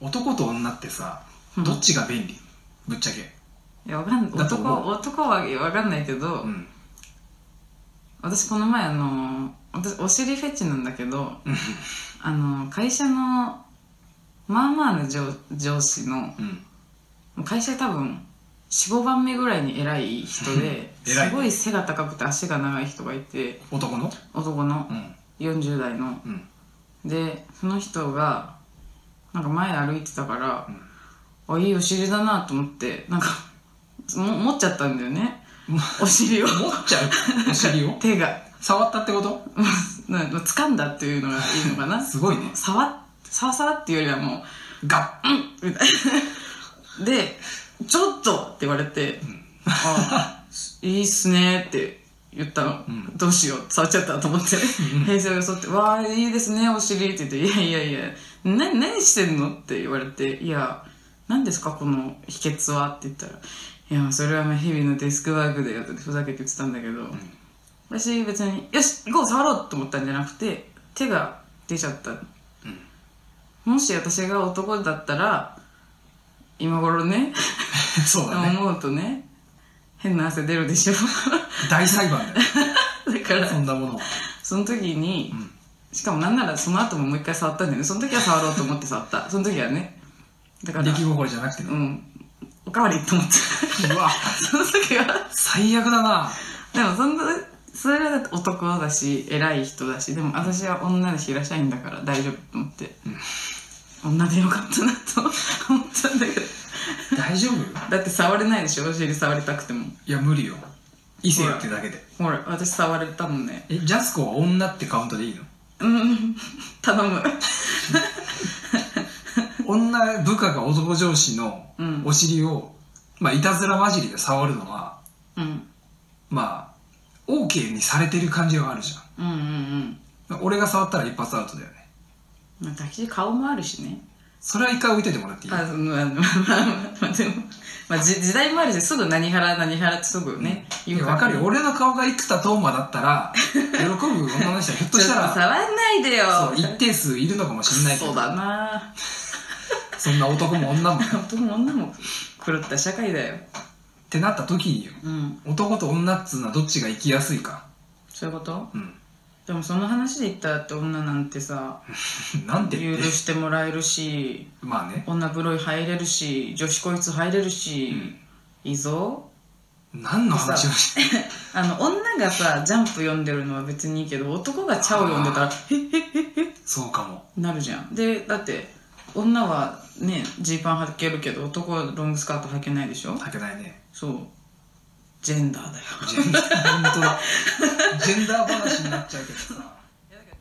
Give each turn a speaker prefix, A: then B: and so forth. A: 男と女ってさ
B: うん
A: どっちが便利ぶっちゃけ
B: いやわかん
A: だと
B: 男
A: 思
B: 男はわかんないけど、
A: うん
B: 私この前あの私お尻フェチなんだけ ど
A: うん
B: あの会社のまあまあの上上司の
A: うん
B: もう会社で多分45番目ぐらいに偉い人で
A: 偉いね
B: すごい背が高くて足が長い人がいて
A: 男の
B: 男の
A: うん
B: 40代の
A: うん
B: でその人がなんか前歩いてたから
A: うん、
B: あいいお尻だなと思ってなんかも持っちゃったんだ よねお尻を
A: 持っちゃうお尻を
B: 手が
A: 触ったってこと
B: な掴んだっていうのがいいのかな
A: すごいね
B: 触っさわさわっていうよりはもう
A: ガッ
B: みたいなで「ちょっと!」って言われて「あいいっすね」って言ったの、
A: うん
B: どうしよう触っちゃったと思って平成を装って「わあいいですねお尻」って言って「いやいやいやな何してんの?」って言われて「いや何ですかこの秘訣は」って言ったら「いやそれはまあ日々のデスクワークだよ」ってふざけて言ってたんだけど、私別に「よし行こう触ろう!」と思ったんじゃなくて手が出ちゃったもし私が男だったら今頃ね
A: そうだね
B: 思うとね変な汗出るでしょ
A: 大裁判だよ
B: だ から
A: そんなものは
B: その時に、
A: ん
B: しかもなんならその後ももう一回触ったんだよねその時は触ろうと思って触ったその時はねだから
A: 出来心じゃなくて
B: う
A: ね
B: んおかわりって思って
A: うわ
B: その時は
A: 最悪だな
B: でもそんなそれはだって男だし偉い人だしでも私は女だしいらっしゃいんだから大丈夫と思って、女でよかったなと思ったんだけど
A: 大丈夫
B: だって触れないでしょお尻触りたくても
A: いや無理よ異性ってだけで
B: ほら私触れたもんね
A: えジャスコは女ってカウントでいいの
B: うん頼む
A: 女部下が男上司の
B: うん
A: お尻を、まあ、いたずら混じりで触るのは
B: うん
A: まあ OK にされてる感じがあるじ
B: うんうんうん
A: ゃん俺が触ったら一発アウトだよね
B: まあ抱き顔もあるしね
A: それは一回置いといてもらっていい
B: あそのあのまあまあまあでも、まあ、じ時代もあるしすぐ何原何原ってすぐね、
A: い
B: 言
A: や
B: うから
A: わかるよ俺の顔が生田斗真だったら喜ぶ女の人はひょっと
B: ちょ
A: し
B: っと
A: た
B: 触
A: ら
B: んないでよ
A: そう一定数いるのかもしれないけ
B: そう
A: ど
B: だな
A: そんな男も女もねっ
B: 男も女も狂った社会だよ
A: てなった時によ
B: うん
A: 男と女っつうのはどっちが生きやすいか
B: そういうこと
A: うん
B: でもその話で言ったらって女なんてさ
A: なんて言
B: 許
A: って
B: してもらえるし
A: まあね
B: 女風呂入れるし女子こいつ入れるし、いいぞ
A: 何の話をして
B: あの女がさジャンプ読んでるのは別にいいけど男がチャオ読んでたらへっへっへっへっ
A: そうかも
B: なるじゃんでだって女はねジーパン履けるけど男はロングスカート履けないでしょ
A: はけないね
B: そうジェンダーだよ
A: ジェンダー、本当だ。ジェンダー話になっちゃうけどさ。